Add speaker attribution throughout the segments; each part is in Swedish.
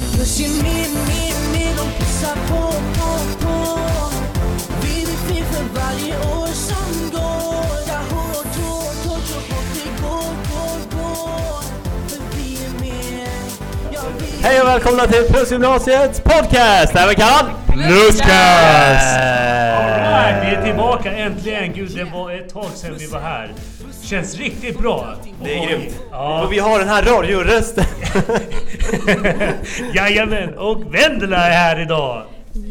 Speaker 1: Puss ju mer, mer, mer de pussar på, på, på Vi blir fler för varje år som går Ja, hår och tår, tår så fort det går, går, går För vi är mer, ja vi
Speaker 2: Hej och välkomna till Plusgymnasiets podcast! Även kallad
Speaker 3: Pluscast!
Speaker 4: Alright, vi är
Speaker 2: Eh.
Speaker 4: tillbaka äntligen! Gud, det var ett tag sedan vi var här. Känns riktigt bra!
Speaker 2: Det är grymt!
Speaker 4: Ja,
Speaker 2: Och vi har den här radiorösten!
Speaker 4: jajamän! Och Vendela är här idag!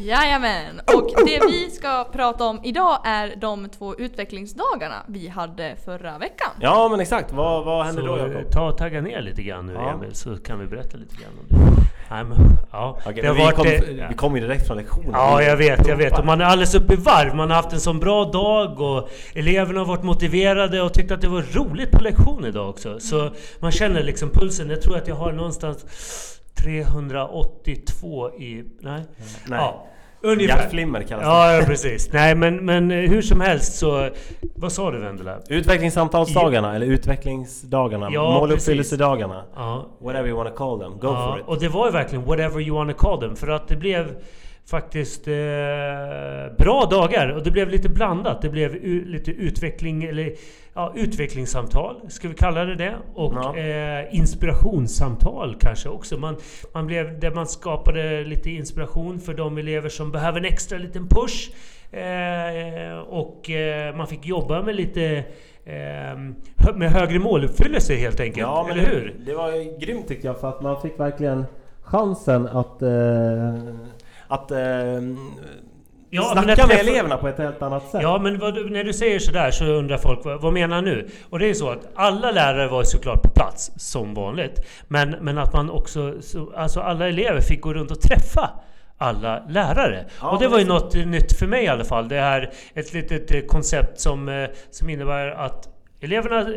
Speaker 3: Jajamän! Och det vi ska prata om idag är de två utvecklingsdagarna vi hade förra veckan.
Speaker 2: Ja men exakt, vad, vad händer då
Speaker 4: Så eh,
Speaker 2: Jakob?
Speaker 4: ta och tagga ner lite grann nu
Speaker 2: Ja.
Speaker 4: Emil, så kan vi berätta lite grann om det. Nej, men, ja.
Speaker 2: Okej,
Speaker 4: det
Speaker 2: men
Speaker 4: har
Speaker 2: vi,
Speaker 4: varit...
Speaker 2: kom,
Speaker 4: eh,
Speaker 2: vi kom ju direkt från lektionen.
Speaker 4: Ja, jag vet, jag vet.
Speaker 2: Pumpar.
Speaker 4: Och man är alldeles uppe i varv. Man har haft en sån bra dag och eleverna har varit motiverade och tyckt att det var roligt på lektion idag också. Så man känner liksom pulsen. Jag tror att jag har någonstans 382 i... Nej?
Speaker 2: Nej.
Speaker 4: Ja, ungefär.
Speaker 2: Hjärtflimmer kallas det.
Speaker 4: Ja, ja, precis. Nej, men, men eh, hur som helst så... Vad sa du Vendela?
Speaker 2: Utvecklingssamtalsdagarna, eller utvecklingsdagarna,
Speaker 4: Ja,
Speaker 2: måluppfyllelsedagarna.
Speaker 4: Ja,
Speaker 2: Whatever you wanna call them, go
Speaker 4: ja,
Speaker 2: for it.
Speaker 4: och det var ju verkligen whatever you wanna call them. För att det blev faktiskt eh, bra dagar och det blev lite blandat. Det blev u- lite utveckling eller ja, utvecklingssamtal, ska vi kalla det det. Och
Speaker 2: Ja.
Speaker 4: eh, inspirationssamtal kanske också. Man, man blev, där man skapade lite inspiration för de elever som behöver en extra liten push. Eh, och eh, man fick jobba med lite ehm, hö- med högre måluppfyllelse helt enkelt.
Speaker 2: Ja, men
Speaker 4: eller hur?
Speaker 2: Det, det var ju grymt tyckte jag för att man fick verkligen chansen att... Eh, att eh,
Speaker 4: Ja, men
Speaker 2: snacka
Speaker 4: att
Speaker 2: med
Speaker 4: träffa-
Speaker 2: eleverna på ett helt annat sätt.
Speaker 4: Ja, men vad, när du säger sådär så undrar folk vad, vad menar nu? Och det är ju så att alla lärare var ju såklart på plats som vanligt. Men, men att man också, så, alltså alla elever fick gå runt och träffa alla lärare.
Speaker 2: Ja,
Speaker 4: och det var ju
Speaker 2: precis.
Speaker 4: något nytt för mig i alla fall. Det här ett litet eh, koncept som, eh, som innebär att eleverna eh,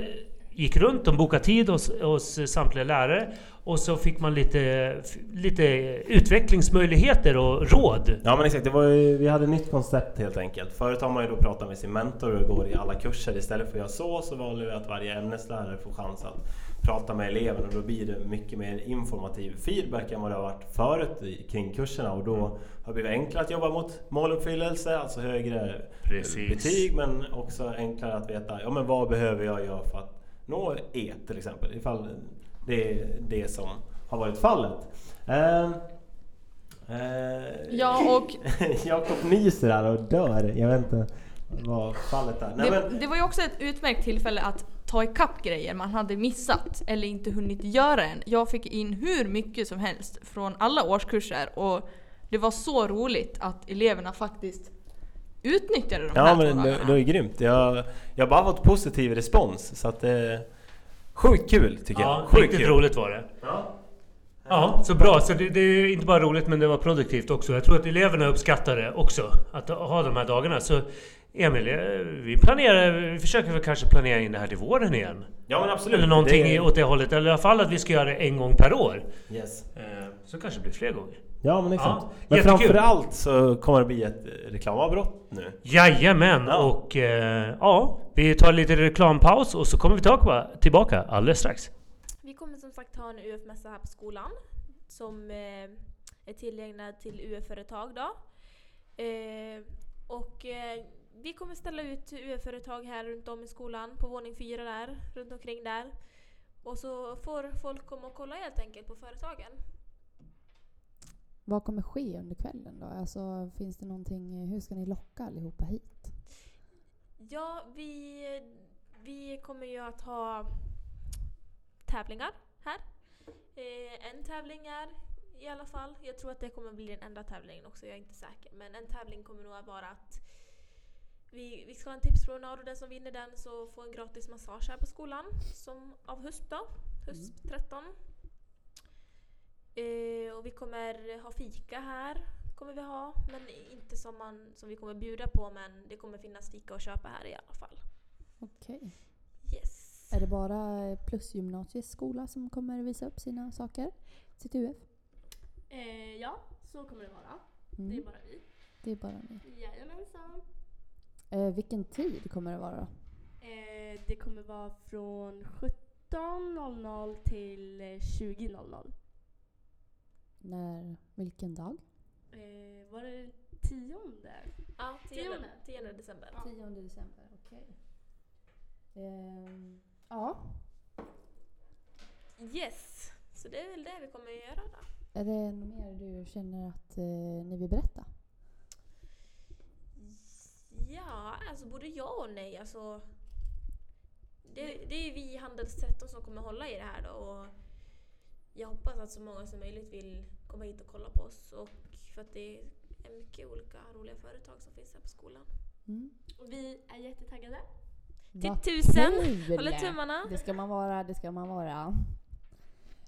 Speaker 4: gick runt, de bokade tid hos, hos eh, samtliga lärare. Och så fick man lite, eh, lite utvecklingsmöjligheter och råd.
Speaker 2: Ja men exakt, det var ju, vi hade ett nytt koncept helt enkelt. Förut har man ju då pratat med sin mentor och går i alla kurser. Istället för att göra så, så valde vi att varje ämneslärare får chans att prata med eleven och då blir det mycket mer informativ feedback än vad det har varit förut i- kring kurserna. Och då har det blivit enklare att jobba mot måluppfyllelse, alltså högre
Speaker 4: Precis.
Speaker 2: betyg, men också enklare att veta ja, men vad behöver jag göra för att nå E till exempel, ifall det är det som har varit fallet. Ehm, eh,
Speaker 3: Ja, och
Speaker 2: Jakob nyser här och dör. Jag vet inte vad fallet är. Nej,
Speaker 3: det,
Speaker 2: men,
Speaker 3: det var ju också ett utmärkt tillfälle att ta ikapp grejer man hade missat eller inte hunnit göra än. Jag fick in hur mycket som helst från alla årskurser och det var så roligt att eleverna faktiskt utnyttjade de
Speaker 2: ja,
Speaker 3: här
Speaker 2: men
Speaker 3: två
Speaker 2: det, det
Speaker 3: dagarna.
Speaker 2: är grymt. Jag, jag har bara fått positiv respons. Så att det sjukt kul tycker
Speaker 4: Ja,
Speaker 2: jag. Sjukt
Speaker 4: riktigt
Speaker 2: kul.
Speaker 4: roligt var det.
Speaker 2: Ja.
Speaker 4: Ja, så bra. Så det, det är inte bara roligt, men det var produktivt också. Jag tror att eleverna uppskattar det också, att ha de här dagarna. Så Emil, eh, vi planerar, vi försöker väl kanske planera in det här till våren igen?
Speaker 2: ja, men absolut.
Speaker 4: Eller någonting
Speaker 2: Det-
Speaker 4: åt det hållet. Eller i alla fall att vi ska göra det en gång per år.
Speaker 2: Yes.
Speaker 4: Eh, Så kanske det blir fler gånger.
Speaker 2: Ja, men exakt.
Speaker 4: Ja,
Speaker 2: men
Speaker 4: jättekul.
Speaker 2: framförallt så kommer det bli ett reklamavbrott nu.
Speaker 4: Jajamän!
Speaker 2: Ja.
Speaker 4: Och eh, ja, vi tar lite reklampaus och så kommer vi tillbaka, tillbaka alldeles strax.
Speaker 5: Vi kommer som sagt ha en UF-mässa här på skolan som eh, är tillägnad till UF-företag. Då. Eh, och, eh, vi kommer ställa ut UF-företag här runt om i skolan, på våning fyra där, runt omkring där. Och så får folk komma och kolla helt enkelt på företagen.
Speaker 6: Vad kommer ske under kvällen då? Alltså, finns det någonting, hur ska ni locka allihopa hit?
Speaker 5: Ja, vi, vi kommer ju att ha tävlingar här. Eh, en tävling är i alla fall. Jag tror att det kommer bli den enda tävlingen också, jag är inte säker. Men en tävling kommer nog att vara att vi, vi ska ha en tipspromenad och den som vinner den så får en gratis massage här på skolan som av HUSP då, HUSP 13. Eh, och vi kommer ha fika här, kommer vi ha. Men inte som, man, som vi kommer bjuda på men det kommer finnas fika att köpa här i alla fall.
Speaker 6: Okej.
Speaker 5: Yes.
Speaker 6: Är det bara plusgymnasiets skola som kommer visa upp sina saker? Sitt UF?
Speaker 7: Eh, ja, så kommer det vara. Det är
Speaker 6: Mm.
Speaker 7: bara vi.
Speaker 6: Det är bara ni.
Speaker 7: Jajamensan.
Speaker 6: Eh, vilken tid kommer det vara då?
Speaker 7: Eh, det kommer vara från 17.00 till eh, 20.00.
Speaker 6: När, vilken dag?
Speaker 7: Eh, var det den tionde?
Speaker 5: Ja, 10,
Speaker 7: Tionde.
Speaker 5: 10 december.
Speaker 6: 10 december, okej. Eh, ja,
Speaker 5: Yes! Så det är väl det vi kommer att göra då.
Speaker 6: är det något mer du känner att eh, ni vill berätta?
Speaker 5: Ja, alltså både ja och nej. Alltså, det, det är ju vi i Handelstretton som kommer hålla i det här då. Och jag hoppas att så många som möjligt vill komma hit och kolla på oss. Och för att det är mycket olika roliga företag som finns här på skolan.
Speaker 6: Mm.
Speaker 7: Och vi är jättetaggade.
Speaker 5: Till
Speaker 6: Vad
Speaker 5: tusen!
Speaker 6: kul!
Speaker 5: Håller tummarna.
Speaker 6: Det ska man vara, det ska man vara.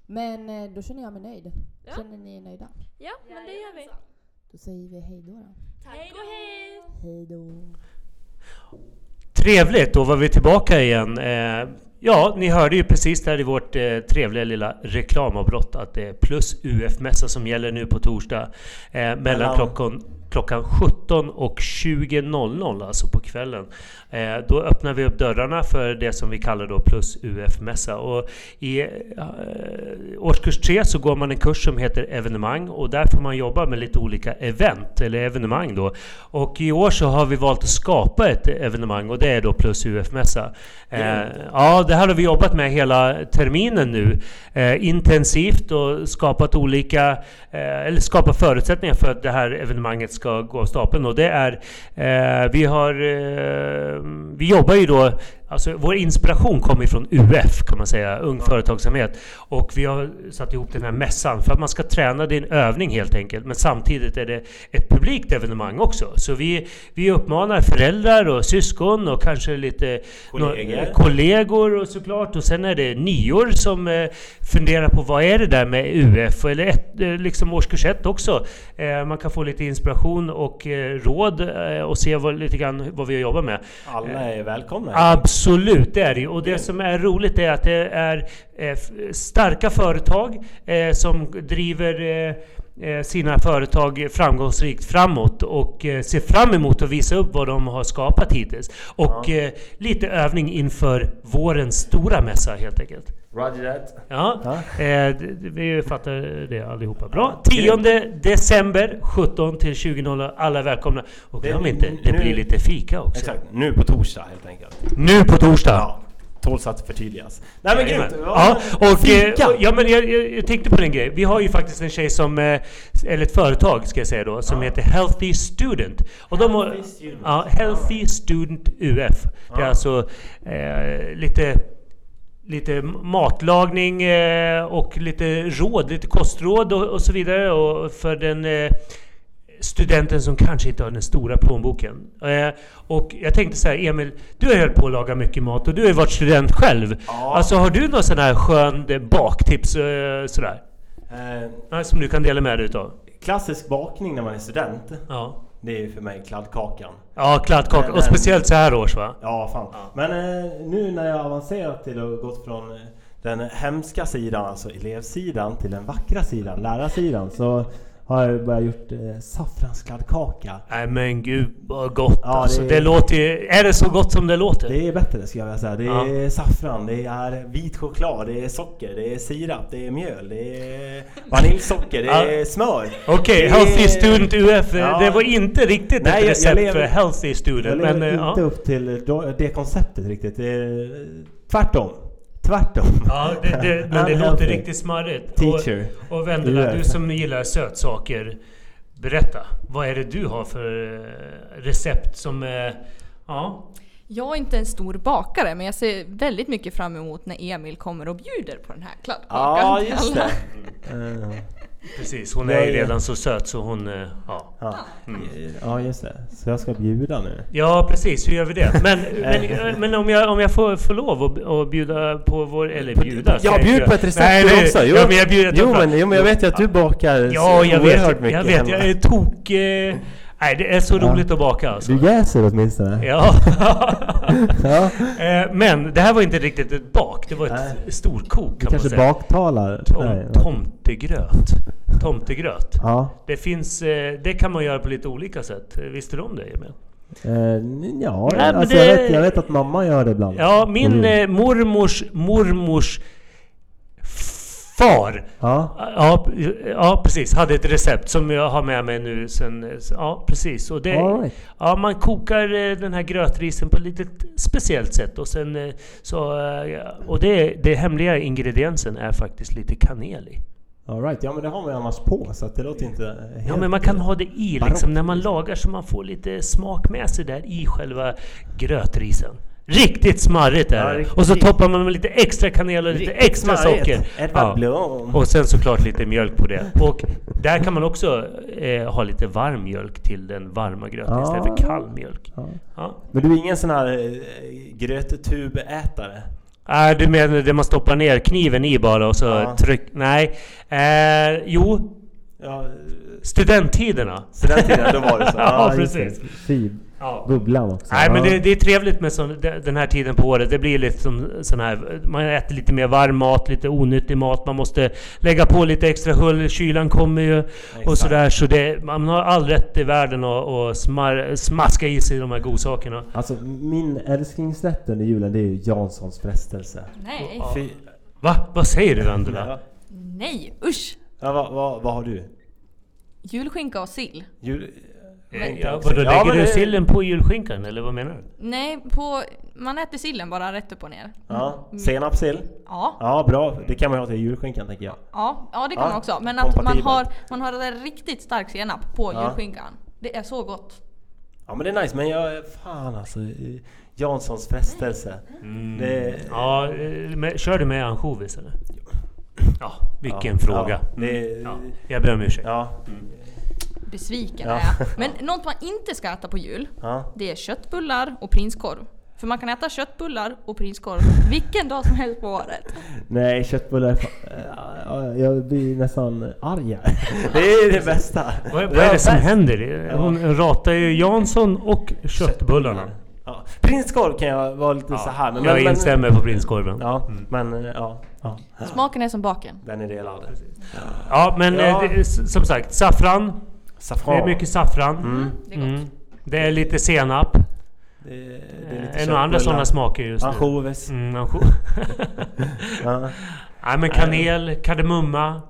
Speaker 6: Men eh, då känner jag mig nöjd.
Speaker 5: Ja.
Speaker 6: Känner ni er nöjda?
Speaker 5: Ja, men det gör vi.
Speaker 7: Jajamensan.
Speaker 6: Då säger vi hej då. då.
Speaker 7: Tack och hej!
Speaker 6: Hej då.
Speaker 4: Trevligt, då var vi tillbaka igen. Eh, ja, ni hörde ju precis där i vårt eh, trevliga lilla reklamavbrott att det är plus UF-mässa som gäller nu på torsdag. Eh, mellan
Speaker 2: Mellan-
Speaker 4: klockan, klockan 17 och 20.00, alltså på kvällen. Eh, då öppnar vi upp dörrarna för det som vi kallar då plus UF-mässa. Och I eh, årskurs 3 så går man en kurs som heter evenemang och där får man jobba med lite olika event, eller evenemang då. Och i år så har vi valt att skapa ett evenemang och det är då Plus UF-mässa. Eh, ja, det här har vi jobbat med hela terminen nu. Eh, intensivt och skapat olika, eh, eller skapat förutsättningar för att det här evenemanget ska gå av stapeln. Och det är, eh, vi har, eh, vi jobbar ju då Alltså vår inspiration kommer ifrån UF kan man säga, Ung Företagsamhet. Och vi har satt ihop den här mässan för att man ska träna, det är en övning helt enkelt. Men samtidigt är det ett publikt evenemang också. Så vi, vi uppmanar föräldrar och syskon och kanske lite
Speaker 2: Kollegor.
Speaker 4: nå- kollegor och såklart. Och sen är det nior som eh, funderar på vad är det där med UF? Eller ett, eh, liksom årskurs ett också. Eh, man kan få lite inspiration och eh, råd eh, och se vad, lite grann vad vi jobbar med.
Speaker 2: Alla är välkomna.
Speaker 4: Absolut, det är det ju. Och det som är roligt är att det är eh, f- starka företag eh, som driver eh, eh, sina företag framgångsrikt framåt och eh, ser fram emot att visa upp vad de har skapat hittills. Och eh, lite övning inför vårens stora mässa helt enkelt.
Speaker 2: Roger that.
Speaker 4: Ja,
Speaker 2: Ja.
Speaker 4: Eh, d- d- vi fattar det allihopa. Bra! 10 december 17 till 20.00. Alla är välkomna. Och
Speaker 2: Det-
Speaker 4: glöm inte, det
Speaker 2: nu-
Speaker 4: blir lite fika också.
Speaker 2: Exakt, nu på torsdag helt enkelt.
Speaker 4: Nu på torsdag!
Speaker 2: Ja, tåls att förtydligas. Nej men grymt!
Speaker 4: Ja, och,
Speaker 2: Fika!
Speaker 4: eh, och, ja, men jag, jag, jag tänkte på en grej. Vi har ju faktiskt en tjej som, eh, eller ett företag ska jag säga då, som
Speaker 2: Ja.
Speaker 4: heter Healthy Student. Och de har,
Speaker 2: Healthy Student.
Speaker 4: Ja, Healthy Student UF. Det är
Speaker 2: Ja.
Speaker 4: alltså eh, lite Lite matlagning eh, och lite råd, lite kostråd och, och så vidare och för den eh, studenten som kanske inte har den stora plånboken. Eh, och jag tänkte så här, Emil, du har ju hållit på att laga mycket mat och du har ju varit student själv.
Speaker 2: Ja.
Speaker 4: Alltså har du någon sån här skön eh, baktips eh, sådär?
Speaker 2: Eh,
Speaker 4: Ja, Som du kan dela med dig utav?
Speaker 2: klassisk bakning när man är student,
Speaker 4: Ja.
Speaker 2: det är ju för mig kladdkakan.
Speaker 4: Ja, kladdkaka.
Speaker 2: Men-
Speaker 4: Och speciellt så här års va?
Speaker 2: Ja, fan. Men eh, nu när jag har avancerat till att gått från eh, den hemska sidan, alltså elevsidan, till den vackra sidan, lärarsidan, så har jag börjat gjort eh, saffranskladdkaka.
Speaker 4: Nej men gud vad gott
Speaker 2: Ja,
Speaker 4: alltså.
Speaker 2: det-
Speaker 4: Det låter ju... Är det så gott som det låter?
Speaker 2: Det är bättre skulle jag vilja säga. Det är saffran, det är vit choklad, det är socker, det är sirap, det är mjöl, det är vaniljsocker, det
Speaker 4: Ja.
Speaker 2: är smör.
Speaker 4: Okej,
Speaker 2: Det är-
Speaker 4: Healthy Student UF. eh,
Speaker 2: Ja.
Speaker 4: Det var inte riktigt
Speaker 2: Nej, jag-
Speaker 4: ett
Speaker 2: jag
Speaker 4: recept
Speaker 2: lever-
Speaker 4: för Healthy
Speaker 2: Jag
Speaker 4: Student.
Speaker 2: lever
Speaker 4: Men, eh,
Speaker 2: inte
Speaker 4: ja.
Speaker 2: upp till då- det konceptet riktigt. Det är tvärtom. Tvärtom.
Speaker 4: Ja, det, det, men det låter
Speaker 2: Unhealthy.
Speaker 4: riktigt smarrigt.
Speaker 2: Teacher.
Speaker 4: Och, och Vendela,
Speaker 2: UF.
Speaker 4: du som gillar sötsaker. Berätta, vad är det du har för eh, recept som... eh, Ja,
Speaker 3: Jag är inte en stor bakare men jag ser väldigt mycket fram emot när Emil kommer och bjuder på den här kladdkakan.
Speaker 2: Ja,
Speaker 3: till
Speaker 2: just
Speaker 3: alla.
Speaker 2: det. Eh,
Speaker 4: precis. Hon
Speaker 2: Jag
Speaker 4: är ju
Speaker 2: är-
Speaker 4: redan så söt så hon... eh, Ja, Mm.
Speaker 2: Ja. ja, just det. Så jag ska bjuda nu.
Speaker 4: ja precis. Hur gör vi det?
Speaker 2: Eh.
Speaker 4: Men, men, eh, men om jag, om jag får, får lov att, att bjuda på vår... Eller bjuda... ska
Speaker 2: Jag
Speaker 4: jag
Speaker 2: bjuder
Speaker 4: inte
Speaker 2: på ett
Speaker 4: göra.
Speaker 2: recept
Speaker 4: Nej,
Speaker 2: du
Speaker 4: nej,
Speaker 2: också.
Speaker 4: Ja, men jag bjuder
Speaker 2: jo, men, jo, men jag vet ju att du bakar
Speaker 4: Ja, jag
Speaker 2: oerhört
Speaker 4: vet.
Speaker 2: mycket
Speaker 4: Jag vet. Jag
Speaker 2: hemma.
Speaker 4: är tok... eh, Nej, det är så
Speaker 2: Ja.
Speaker 4: roligt att baka alltså.
Speaker 2: Du jäser åtminstone.
Speaker 4: Ja.
Speaker 2: Ja.
Speaker 4: Eh, Men det här var inte riktigt ett bak, det var ett
Speaker 2: Nej.
Speaker 4: storkok kan man
Speaker 2: Kanske
Speaker 4: säga.
Speaker 2: baktalar.
Speaker 4: Tom,
Speaker 2: Nej, ja.
Speaker 4: tomtegröt. tomtegröt.
Speaker 2: Ja.
Speaker 4: Det, finns, eh, det kan man göra på lite olika sätt. Visste du om det Emil?
Speaker 2: Eh, n- ja,
Speaker 4: Nej, men
Speaker 2: alltså
Speaker 4: det-
Speaker 2: jag, vet, jag vet att mamma gör det ibland.
Speaker 4: Ja, min
Speaker 2: Mm.
Speaker 4: eh, mormors mormors far
Speaker 2: Ja.
Speaker 4: Ja, ja, precis. Hade ett recept som jag har med mig nu sen... Ja, precis. Och det,
Speaker 2: All right.
Speaker 4: ja, man kokar eh, den här grötrisen på ett litet speciellt sätt. Och, sen, eh, så, eh, och det, det hemliga ingrediensen är faktiskt lite kanel i.
Speaker 2: All right. Ja men det har man ju annars på så att det låter inte helt...
Speaker 4: Ja, men man kan ha det i
Speaker 2: Barockt.
Speaker 4: liksom, när man lagar så man får lite smak med sig där i själva grötrisen. Riktigt smarrigt
Speaker 2: Ja,
Speaker 4: är det.
Speaker 2: riktigt.
Speaker 4: Och så toppar man med lite extra kanel och lite
Speaker 2: Riktigt
Speaker 4: extra
Speaker 2: smarrigt. Mm.
Speaker 4: socker.
Speaker 2: Ett
Speaker 4: Ja.
Speaker 2: bablon.
Speaker 4: Och sen såklart lite mjölk på det. Och där kan man också eh, ha lite varm mjölk till den varma gröten
Speaker 2: Ja.
Speaker 4: istället för kall mjölk.
Speaker 2: Ja.
Speaker 4: Ja.
Speaker 2: Men du är ingen sån här eh, grötetubätare?
Speaker 4: Äh, du menar det man stoppar ner kniven i bara och så
Speaker 2: Ja.
Speaker 4: tryck... Nej. Eh, jo,
Speaker 2: Ja, eh,
Speaker 4: studenttiderna.
Speaker 2: så den tiden då var det så?
Speaker 4: Ja,
Speaker 2: just det.
Speaker 4: precis.
Speaker 2: Fy,
Speaker 4: Ja.
Speaker 2: bubblan också.
Speaker 4: Nej, men
Speaker 2: Ja.
Speaker 4: det, det är trevligt med sån, de- den här tiden på året. Det blir lite som sån här... Man äter lite mer varm mat, lite onyttig mat. Man måste lägga på lite extra hull. Kylan kommer ju. Och
Speaker 2: Exakt.
Speaker 4: sådär, så det, man har all rätt i världen att, att smar, smaska i sig de här godsakerna.
Speaker 2: Alltså min älsklingsrätt under julen det är ju Janssons frestelse.
Speaker 3: Nej,
Speaker 4: Ja.
Speaker 2: Fy,
Speaker 4: Va? Vad säger du Angela?
Speaker 2: ja.
Speaker 3: nej, usch!
Speaker 2: Ja, vad, vad, vad har du?
Speaker 3: Julskinka och sill.
Speaker 2: Jul...
Speaker 4: Eh, Ja, vadå,
Speaker 2: Ja,
Speaker 4: lägger
Speaker 2: men
Speaker 4: du
Speaker 2: det-
Speaker 4: sillen på julskinkan eller vad menar du?
Speaker 3: Nej, på, man äter sillen bara rätt upp och ner.
Speaker 2: Ja, senapssill.
Speaker 3: Ja,
Speaker 2: Ja, bra. Det kan man ju ha till julskinkan tänker jag.
Speaker 3: ja, ja det kan
Speaker 2: Ja,
Speaker 3: man också. Men att man
Speaker 2: kompatibelt.
Speaker 3: har, man har en riktigt stark senap på
Speaker 2: Ja.
Speaker 3: julskinkan. Det är så gott.
Speaker 2: Ja men det är nice, men jag... Fan alltså. eh, Janssons frestelse.
Speaker 4: Mm.
Speaker 2: Mm. Det,
Speaker 4: Ja, eh, men, kör du med ansjovis eller? Ja, vilken
Speaker 2: ja,
Speaker 4: fråga. Mm.
Speaker 2: Ja, det,
Speaker 4: Ja,
Speaker 2: ja.
Speaker 4: jag ber om ursäkt.
Speaker 2: Ja,
Speaker 3: Besviken
Speaker 2: Ja.
Speaker 3: är jag. Men något man inte ska äta på jul,
Speaker 2: ja.
Speaker 3: det är köttbullar och prinskorv. För man kan äta köttbullar och prinskorv vilken dag som helst på året.
Speaker 2: Nej, köttbullar är fan- eh, ja, Jag blir nästan arg här. Det är det bästa.
Speaker 4: Vad, vad är det som händer?
Speaker 2: Ja.
Speaker 4: Hon ratar ju Jansson och köttbullarna.
Speaker 2: Ja. Prinskorv kan jag vara lite så här.
Speaker 4: Ja,
Speaker 2: Men,
Speaker 4: jag
Speaker 2: men,
Speaker 4: instämmer Mm. på prinskorven.
Speaker 2: Ja, men eh, ja, ja.
Speaker 3: Smaken är som baken.
Speaker 2: Den är delad.
Speaker 4: Ja, men
Speaker 2: Ja.
Speaker 4: eh, det, s- som sagt, saffran.
Speaker 2: Saffran.
Speaker 4: Det är mycket saffran.
Speaker 2: Mm.
Speaker 3: Det är gott.
Speaker 4: Mm. Det är lite senap.
Speaker 2: Det, är- det är lite
Speaker 4: Det är några andra sådana smaker just nu.
Speaker 2: Ansjovis.
Speaker 4: Mm, ansjo-
Speaker 2: Ja.
Speaker 4: Nej men kanel, kardemumma.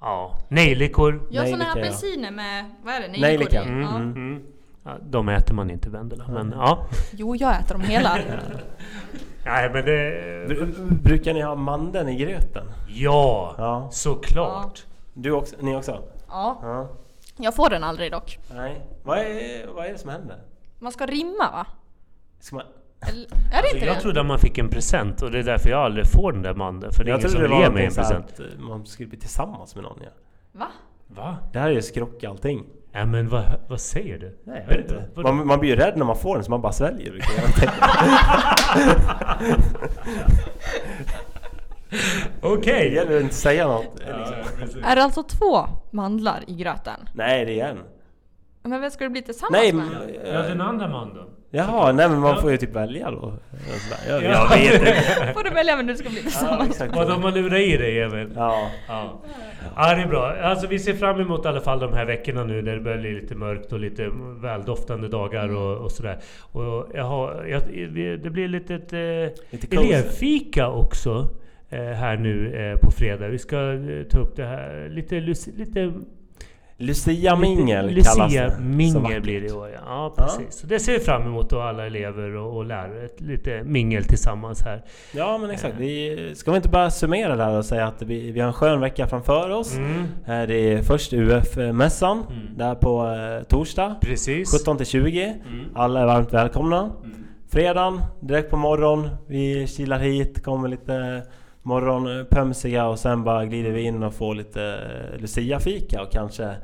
Speaker 4: Ja, nejlikor.
Speaker 3: Gör såna
Speaker 2: Nejlika,
Speaker 3: här
Speaker 2: ja.
Speaker 3: apelsiner med, vad är det,
Speaker 2: Nejlika.
Speaker 3: nejlikor i?
Speaker 2: Mm,
Speaker 3: Ja.
Speaker 2: mm.
Speaker 4: Ja, de äter man inte Vendela, men ja.
Speaker 3: Jo, jag äter dem hela.
Speaker 4: Nej men det...
Speaker 2: Bru- Brukar ni ha mandeln i gröten?
Speaker 4: Ja,
Speaker 2: Ja.
Speaker 4: såklart.
Speaker 2: Du också? Ni också?
Speaker 3: Ja,
Speaker 2: Ja.
Speaker 3: jag får den aldrig dock.
Speaker 2: Nej. Vad är, vad är det som händer?
Speaker 3: Man ska rimma va?
Speaker 2: Ska man...
Speaker 3: Eller, är
Speaker 2: Alltså,
Speaker 3: det inte
Speaker 4: Jag
Speaker 3: det?
Speaker 4: trodde att man fick en present och det är därför jag aldrig får den där mandeln. För det är
Speaker 2: Jag
Speaker 4: ingen som
Speaker 2: trodde det
Speaker 4: vill
Speaker 2: var
Speaker 4: ge mig
Speaker 2: någonting
Speaker 4: en
Speaker 2: så här
Speaker 4: present.
Speaker 2: att eh, man skulle bli tillsammans med någon. Ja.
Speaker 3: Va?
Speaker 4: Va?
Speaker 2: Det här är ju skrock allting.
Speaker 4: Nej men vad, vad säger du?
Speaker 2: Nej,
Speaker 4: jag vet inte.
Speaker 2: Eh, Man, man blir ju rädd när man får den så man bara sväljer. brukar jag tänka. Det
Speaker 4: Okej!
Speaker 2: gäller att inte säga något. eh, Liksom.
Speaker 3: Är det alltså två mandlar i gröten?
Speaker 2: Nej, det är en.
Speaker 3: Men vem ska du bli tillsammans
Speaker 2: Nej,
Speaker 3: med?
Speaker 2: men- eh,
Speaker 4: Ja, den andra mandeln.
Speaker 2: Jaha, nej men man får ju typ välja då. Eller sådär. Jag, jag
Speaker 4: Ja.
Speaker 2: vet inte.
Speaker 3: får du välja vem du ska bli
Speaker 2: Ja,
Speaker 3: tillsammans med.
Speaker 2: exakt.
Speaker 4: Vad de har lurat i dig Emil.
Speaker 2: Ja.
Speaker 4: Ja. ja, det är bra. Alltså, vi ser fram emot i alla fall de här veckorna nu när det börjar bli lite mörkt och lite väldoftande dagar och, och sådär. Och jag har, jag, det blir lite ett
Speaker 2: Lite
Speaker 4: eh,
Speaker 2: cozy.
Speaker 4: elevfika också eh, här nu eh, på fredag. Vi ska eh, ta upp det här lite... lus- lite
Speaker 2: Lucia Mingel
Speaker 4: lite,
Speaker 2: kallas
Speaker 4: Lucia
Speaker 2: det. Så
Speaker 4: Mingel
Speaker 2: vackert.
Speaker 4: blir det i år, ja. ja precis. Så det ser vi fram emot då alla elever och, och lärare. Ett, lite mingel tillsammans här.
Speaker 2: Ja
Speaker 4: Eh.
Speaker 2: men exakt. Vi, ska vi inte bara summera det här och säga att vi, vi har en skön vecka framför oss.
Speaker 4: Mm,
Speaker 2: Här är först UF-mässan
Speaker 4: Mm.
Speaker 2: där på eh, torsdag
Speaker 4: precis.
Speaker 2: 17 till 20.
Speaker 4: Mm.
Speaker 2: Alla är varmt välkomna. Fredagen, direkt på morgon. Vi kilar hit, kommer lite morgonpömsiga och sen bara glider vi in och får lite Lucia-fika och kanske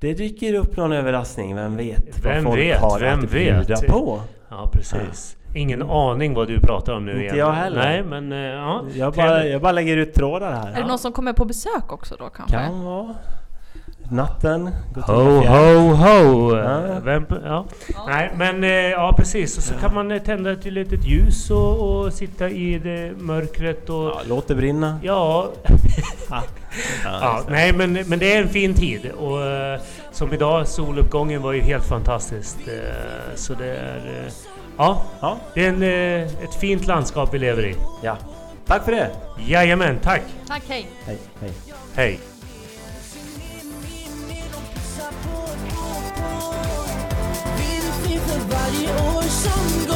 Speaker 2: det dyker upp någon överraskning, vem vet?
Speaker 4: Vem vet, vem
Speaker 2: att
Speaker 4: vet?
Speaker 2: bjuda på.
Speaker 4: Ja, precis. Ingen aning vad du pratar om nu
Speaker 2: Inte
Speaker 4: igen.
Speaker 2: jag heller.
Speaker 4: Nej, men eh, ja.
Speaker 2: Jag bara,
Speaker 4: Trevligt.
Speaker 2: jag bara lägger ut trådar här.
Speaker 3: Är det någon som kommer på besök också då kanske?
Speaker 2: Kan vara. natten. Gott och
Speaker 4: Ho,
Speaker 2: fjär-
Speaker 4: ho, ho!
Speaker 2: Ja.
Speaker 4: Vem, ja.
Speaker 3: Ja.
Speaker 4: Nej, men eh, ja precis. Och så kan man eh, tända till ett litet ljus och, och sitta i det mörkret och...
Speaker 2: Ja, låt det brinna.
Speaker 4: Ja,
Speaker 2: Ja.
Speaker 4: ja, nej men, men det är en fin tid. Och eh, som idag, soluppgången var ju helt fantastiskt. Eh, så det är... Eh, ja,
Speaker 2: Ja.
Speaker 4: det är en, eh, ett fint landskap vi lever i.
Speaker 2: ja. Tack för det!
Speaker 4: Jajamän, tack!
Speaker 3: Tack, hej!
Speaker 2: Hej, hej.
Speaker 4: Hej!
Speaker 1: Varje år som går